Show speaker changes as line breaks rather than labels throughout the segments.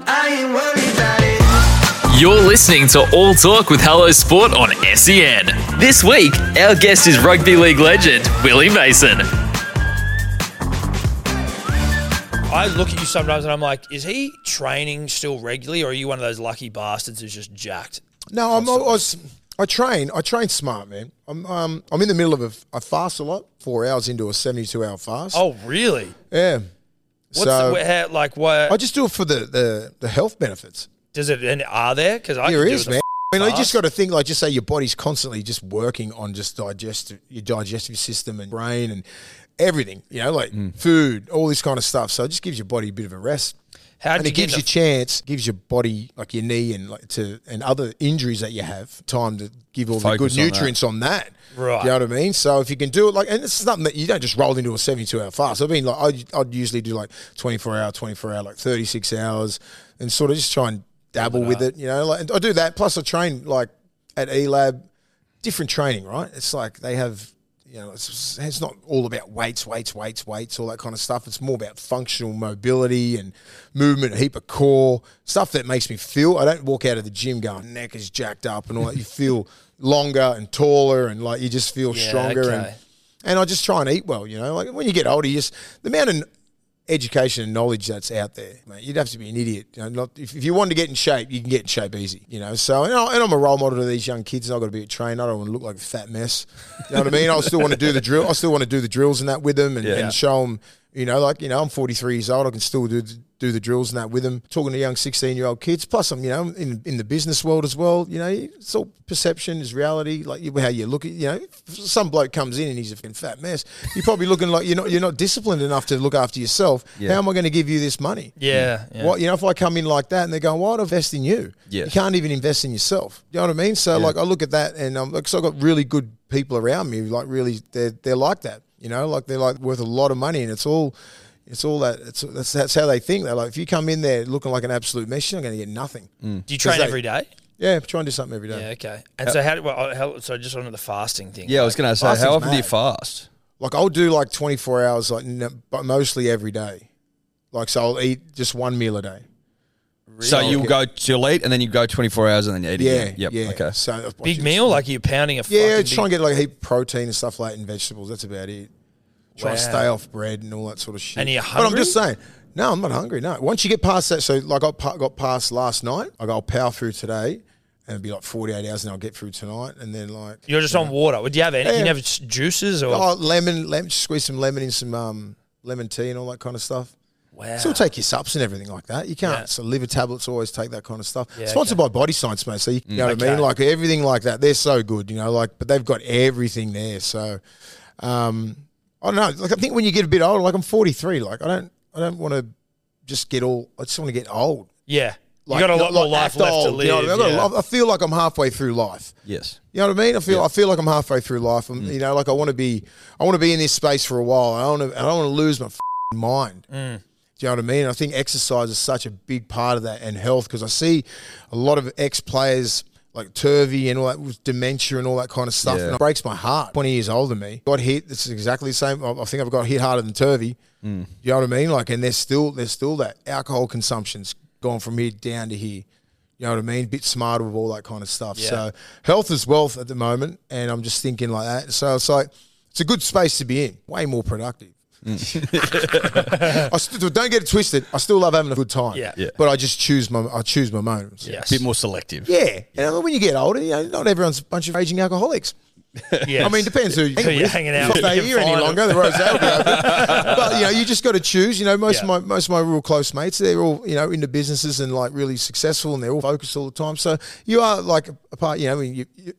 I ain't worried about it.
You're listening to All Talk with Hello Sport on SEN. This week, our guest is rugby league legend Willie Mason.
I look at you sometimes and I'm like, is he training still regularly, or are you one of those lucky bastards who's just jacked?
No, I'm, I was. I train. I train smart, man. I'm. Um, I'm in the middle of a. I fast a lot. Four hours into a 72 hour fast.
Oh, really?
yeah.
What's
so
the, how, like what
I just do it for the the, the health benefits.
does it and are there? Because I
There
could do with
is,
a
man. I mean, I
fast.
just got to think, like, just say your body's constantly just working on just digestive, your digestive system and brain and everything, you know, like
Mm.
food, all this kind of stuff. So it just gives your body a bit of a rest.
How
and
did
it
you get
gives you
into-
chance, gives your body like your knee and like to and other injuries that you have time to give all
Focus
the
on
good
that.
nutrients on that.
Right.
you know what I mean. So if you can do it, like, and it's something that you don't just roll into a seventy-two hour fast. I mean, like, I'd, I'd usually do like twenty-four hour, twenty-four hour, like thirty-six hours, and sort of just try and dabble with it. You know, like and I do that. Plus, I train like at E Lab, different training, right? It's like they have. You know, it's, it's not all about weights, weights, weights, weights, all that kind of stuff. It's more about functional mobility and movement, a heap of core stuff that makes me feel. I don't walk out of the gym going neck is jacked up and all that. You feel longer and taller and like you just feel
Yeah,
stronger
okay.
and and I just try and eat well. You know, like when you get older, you just the amount of education and knowledge that's out there, mate. You'd have to be an idiot. You know, not, if, if you wanted to get in shape, you can get in shape easy. You know, so and, I, and I'm a role model to these young kids. And I've got to be a trainer. I don't want to look like a fat mess. You know what I mean? I still want to do the drill. I still want to do the drills and that with them and, and show them. You know, like you know, I'm 43 years old. I can still do do the drills and that with them. Talking to young 16 year old kids. Plus, I'm you know in in the business world as well. You know, it's all perception is reality. Like you- how you look at you know, some bloke comes in and he's a fucking fat mess. You're probably looking like you're not you're not disciplined enough to look after yourself. How am I going to give you this money?
Yeah, yeah.
What you know, if I come in like that and they're going, "Why would I invest in you?
Yeah.
You can't even invest in yourself." You know what I mean? So like, I look at that and um, like, so I got really good people around me. Like, really, they're they're like that. You know, like they're like worth a lot of money, and it's all, it's all that. It's that's that's how they think. They're like, if you come in there looking like an absolute mess, you're not going to get nothing.
Mm.
Do you train
they-
every day?
Yeah, try and do something every day.
Yeah, okay. And so how, do- well, how? So just onto the fasting thing.
Yeah, I was going to say,
Fasting's
how often do you
mad.
fast?
Like I'll do like 24 hours, like n- but mostly every day. Like so, I'll eat just one meal a day.
So
Really?
you'll go to eat, and then you go 24 hours, and then you eat
Yeah,
again. Yep.
yeah.
Okay.
So
big meal, like you're pounding a
Yeah,
fucking
just try and
big-
get like a heap of protein and stuff like that and vegetables. That's about it. Try and
Wow.
stay off bread and all that sort of shit.
And are you
But I'm just
hungry?
saying, no, I'm not hungry. No, once you get past that, so like I pa- got past last night, I will power through today, and it'd be like 48 hours, and I'll get through tonight, and then like
You're just on water. Would you have any?
Yeah.
You have juices or?
oh lemon, lemon, just squeeze some lemon in some um, lemon tea and all that kind of stuff.
wow.
Still take your subs and everything like that. You can't.
Yeah.
So liver tablets always take that kind of stuff.
Yeah, Mm.
Sponsored by Body Science, mate. So you, you know what I
Okay.
mean? Like everything like that. They're so good, you know. Like, but they've got everything there. So, um, I don't know. Like, I think when you get a bit older, like I'm 43. Like, I don't, I don't want to just get all. I just want to get old.
yeah.
Like,
you got a lot
not
more
like
life
act
left to
old,
live.
you know what I mean? I've
yeah.
got a lot- I feel like I'm halfway through life.
Yes.
You know what I mean? I feel I feel like I'm halfway through life. I'm, You know, like I want to be I want to be in this space for a while. I don't wanna- I don't want to lose my fing mind. Do you know what I mean? I think exercise is such a big part of that and health because I see a lot of ex players like Turvey and all that with dementia and all that kind of stuff.
Yeah.
And it breaks my heart. 20 years older than me. Got hit. This is exactly the same. I I think I've got hit harder than Turvey. Do you know what I mean? Like, and there's still, there's still that alcohol consumption's gone from here down to here. You know what I mean? Bit smarter with all that kind of stuff. So health is wealth at the moment, and I'm just thinking like that. So it's like it's a good space to be in. Way more productive. I st- don't get it twisted. I still love having a good time.
Yeah. Yeah.
But I just choose my I choose my moments.
Yes.
Bit more selective.
Yeah. And when you get older, you know, not everyone's a bunch of raging alcoholics.
Yes.
I mean, depends who you're,
Who you're hanging out
If
with,
they
you
here any
find
longer, the rosé will be open. But you know, you just got to choose. You know, most
Yeah.
of my most of my real close mates, they're all you know into businesses and like really successful, and they're all focused all the time. So you are like a part. You know, I mean, you, you,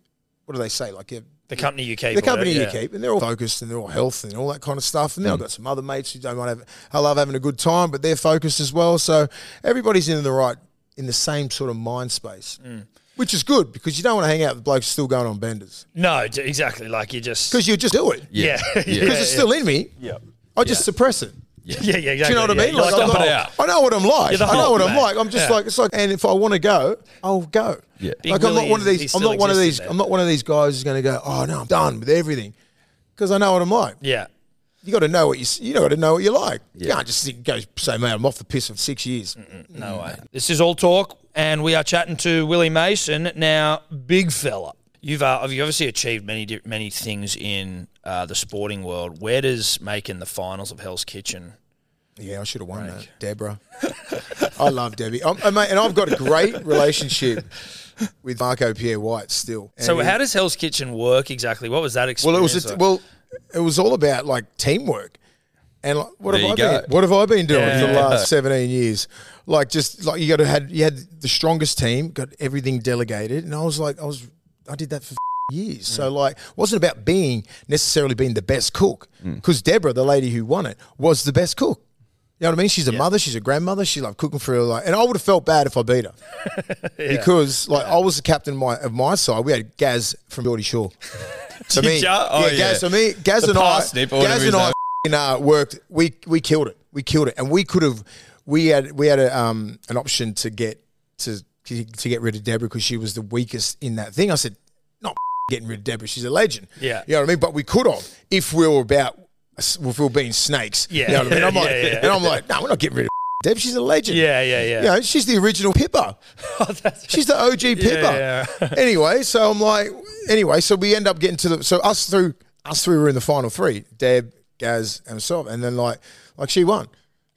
what do they say? Like you're
The company you keep.
the
or whatever,
company
yeah. Mm.
you keep, and they're all focused and they're all health and all that kind of stuff. And then I've got some other mates who don't want to have. I love having a good time, but they're focused as well. So everybody's in the right, in the same sort of mind space,
Mm.
which is good because you don't want to hang out with blokes still going on benders
No, d- exactly. Like you just.
because you just do it because
yeah. Yeah. yeah.
it's still in me. Yeah, I just suppress it.
Yeah, yeah, exactly.
Do you know what
yeah.
I mean?
You're
I'm
the
not-
Hulk.
I know what I'm like.
You're the
I know
Hulk,
what I'm
mate.
like. I'm just
Yeah.
like it's like, and if I want to go, I'll go.
Yeah.
Big
like I'm not
Willie
one of
is-
these.
he
I'm not
still
one of
exists
these.
in there.
I'm not one of these guys who's going to go. Oh no, I'm done with everything because I know what I'm like.
Yeah.
You got to know what you. s- You got to know what you like. You can't just think- go say, "Man, I'm off the piss for six years."
No way. This is all talk, and we are chatting to Willie Mason now. Big fella, you've uh, you've obviously achieved many di- many things in uh, the sporting world. Where does making the finals of Hell's Kitchen?
Yeah, I should have won that, Deborah. I love Debbie, I'm, and, mate, and I've got a great relationship with Marco Pierre White still. And
So
he-
how does Hell's Kitchen work exactly? What was that
Well, it
experience?
was a,
like?
well, it was all about like teamwork. And like, what
There
have I
you go.
been? What have I been doing for the
Yeah.
last seventeen years? Like just like you got to had you had the strongest team, got everything delegated, and I was like, I was I did that for years. So like, it wasn't about being necessarily being the best cook because Deborah, the lady who won it, was the best cook. You know what I mean? She's a mother. She's a grandmother. She loved cooking for her. Like, and I would have felt bad if I beat her because, like, I was the captain of my, of my side. We had Gaz from Geordie Shore. So me,
Did ya? Oh,
yeah, Gaz.
yeah.
So me, Gaz
The
and I,
parsnip or
Gaz
whatever
and
his
I f***ing, uh, worked. We we killed it. We killed it, and we could have. We had we had a, um, an option to get to to get rid of Deborah because she was the weakest in that thing. I said, not f***ing getting rid of Deborah. She's a legend.
Yeah.
you know what I mean. But we could have if we were about if we were being snakes.
Yeah.
you know what I mean. I'm
Yeah,
like,
yeah, yeah.
and I'm like, no, we're not getting rid of Deb. She's a legend.
yeah, yeah, yeah. Oh,
You know, she's the original Pippa. she's the OG Pippa.
yeah,
anyway, so I'm like, anyway, so we end up getting to the so us through us three were in the final three: Deb, Gaz, and myself. And then like, like she won.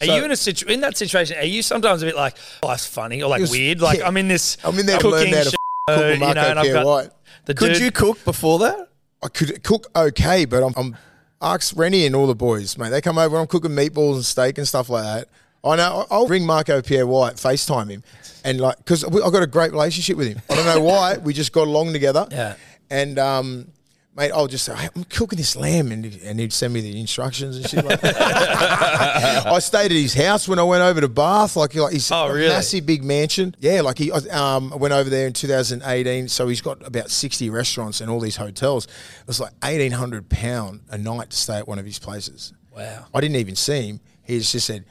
Are
So-
you in a situ- in that situation? Are you sometimes a bit like, oh, that's funny or like
It was-
weird? Like
yeah.
I'm in this.
I'm in there to learn
cooking.
how to
show,
f- cook with
you know,
Marco
and I've
Pierre
got
White.
the
Could
dude-
you cook before that?
I could cook okay, but I'm, I'm ask Rennie and all the boys, mate. They come over, I'm cooking meatballs and steak and stuff like that. I know. I'll ring Marco Pierre White, FaceTime him, and like, because I got a great relationship with him. I don't know why. we just got along together.
Yeah.
And um, mate, I'll just say, "Hey, I'm cooking this lamb, and, he'd- and he'd send me the instructions and shit like that. I stayed at his house when I went over to Bath. Like, like he's
Oh,
got a
really?
massive big mansion. Yeah, like he I, um, I went over there in 2018. So he's got about 60 restaurants and all these hotels. It was like 1,800 pound a night to stay at one of his places.
Wow.
I didn't even see him. He just said,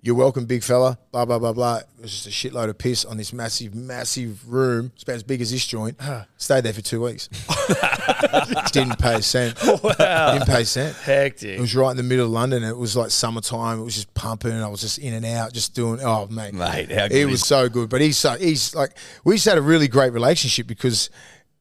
"You're welcome, big fella." Blah blah blah blah. It was just a shitload of piss on this massive, massive room. It's about as big as this joint. Stayed there for two weeks. didn't pay a cent. Didn't pay a cent. It
Hectic.
was right in the middle of London. It was like summertime. It was just pumping, and I was just in and out, just doing. Oh, mate,
Mate, how
it
good
was
is-
so good. But he's so he's like we just had a really great relationship because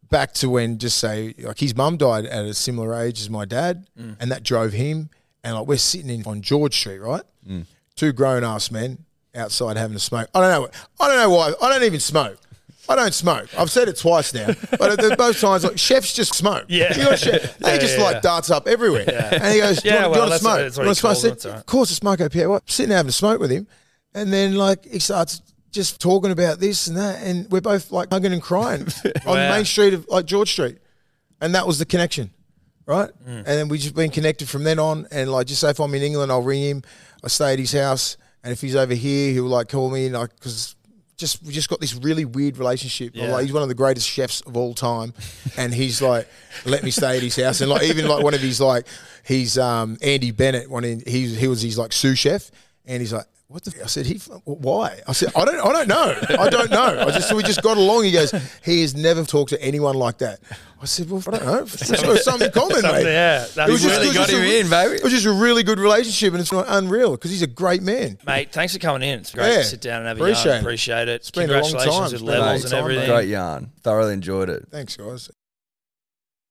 back to when just say like his mum died at a similar age as my dad,
Mm.
and that drove him. And like we're sitting in on George Street, right?
Mm.
Two grown ass men outside having a smoke. I don't know. I don't know why. I don't even smoke. I don't smoke. I've said it twice now, but at the- both times, like chefs just smoke.
Yeah.
you got a chef, they
Yeah,
just
yeah,
like
yeah.
darts up everywhere. And he goes, "Do you
Yeah,
want-
well,
do you want
that's
to smoke?
what- that's what
You
he
wanna smoke?" I
calls
said,
it, that's all right.
Of course, it's Marco Pierre. White." Sitting there having a smoke with him, and then like he starts just talking about this and that, and we're both like hugging and crying on the
Wow.
main street of like George Street, and that was the connection, right? And then we just been connected from then on, and like just say if I'm in England, I'll ring him. I stay at his house, and if he's over here, he'll like call me, and like because. Just we just got this really weird relationship.
Yeah.
Like he's one of the greatest chefs of all time, and he's like, let me stay at his house. And like even like one of his like, he's um Andy Bennett. One in, he he was his like sous chef, and he's like, what the? F-? I said he f- why? I said I don't I don't know I don't know. I just we just got along. He goes, he has never talked to anyone like that. I said, well, I don't know. It's got something in common, mate.
yeah, that's
just-
really
it was got
a
him
re-
in, baby.
It was just a really good relationship, and it's not unreal because he's a great man.
Mate, thanks for coming in. It's great
Yeah,
to sit down and have a
appreciate
yarn.
it.
Appreciate it.
been a long
Congratulations
time. It's
with
been a long
levels and
time, mate.
everything.
Great yarn. Thoroughly enjoyed it.
Thanks, guys.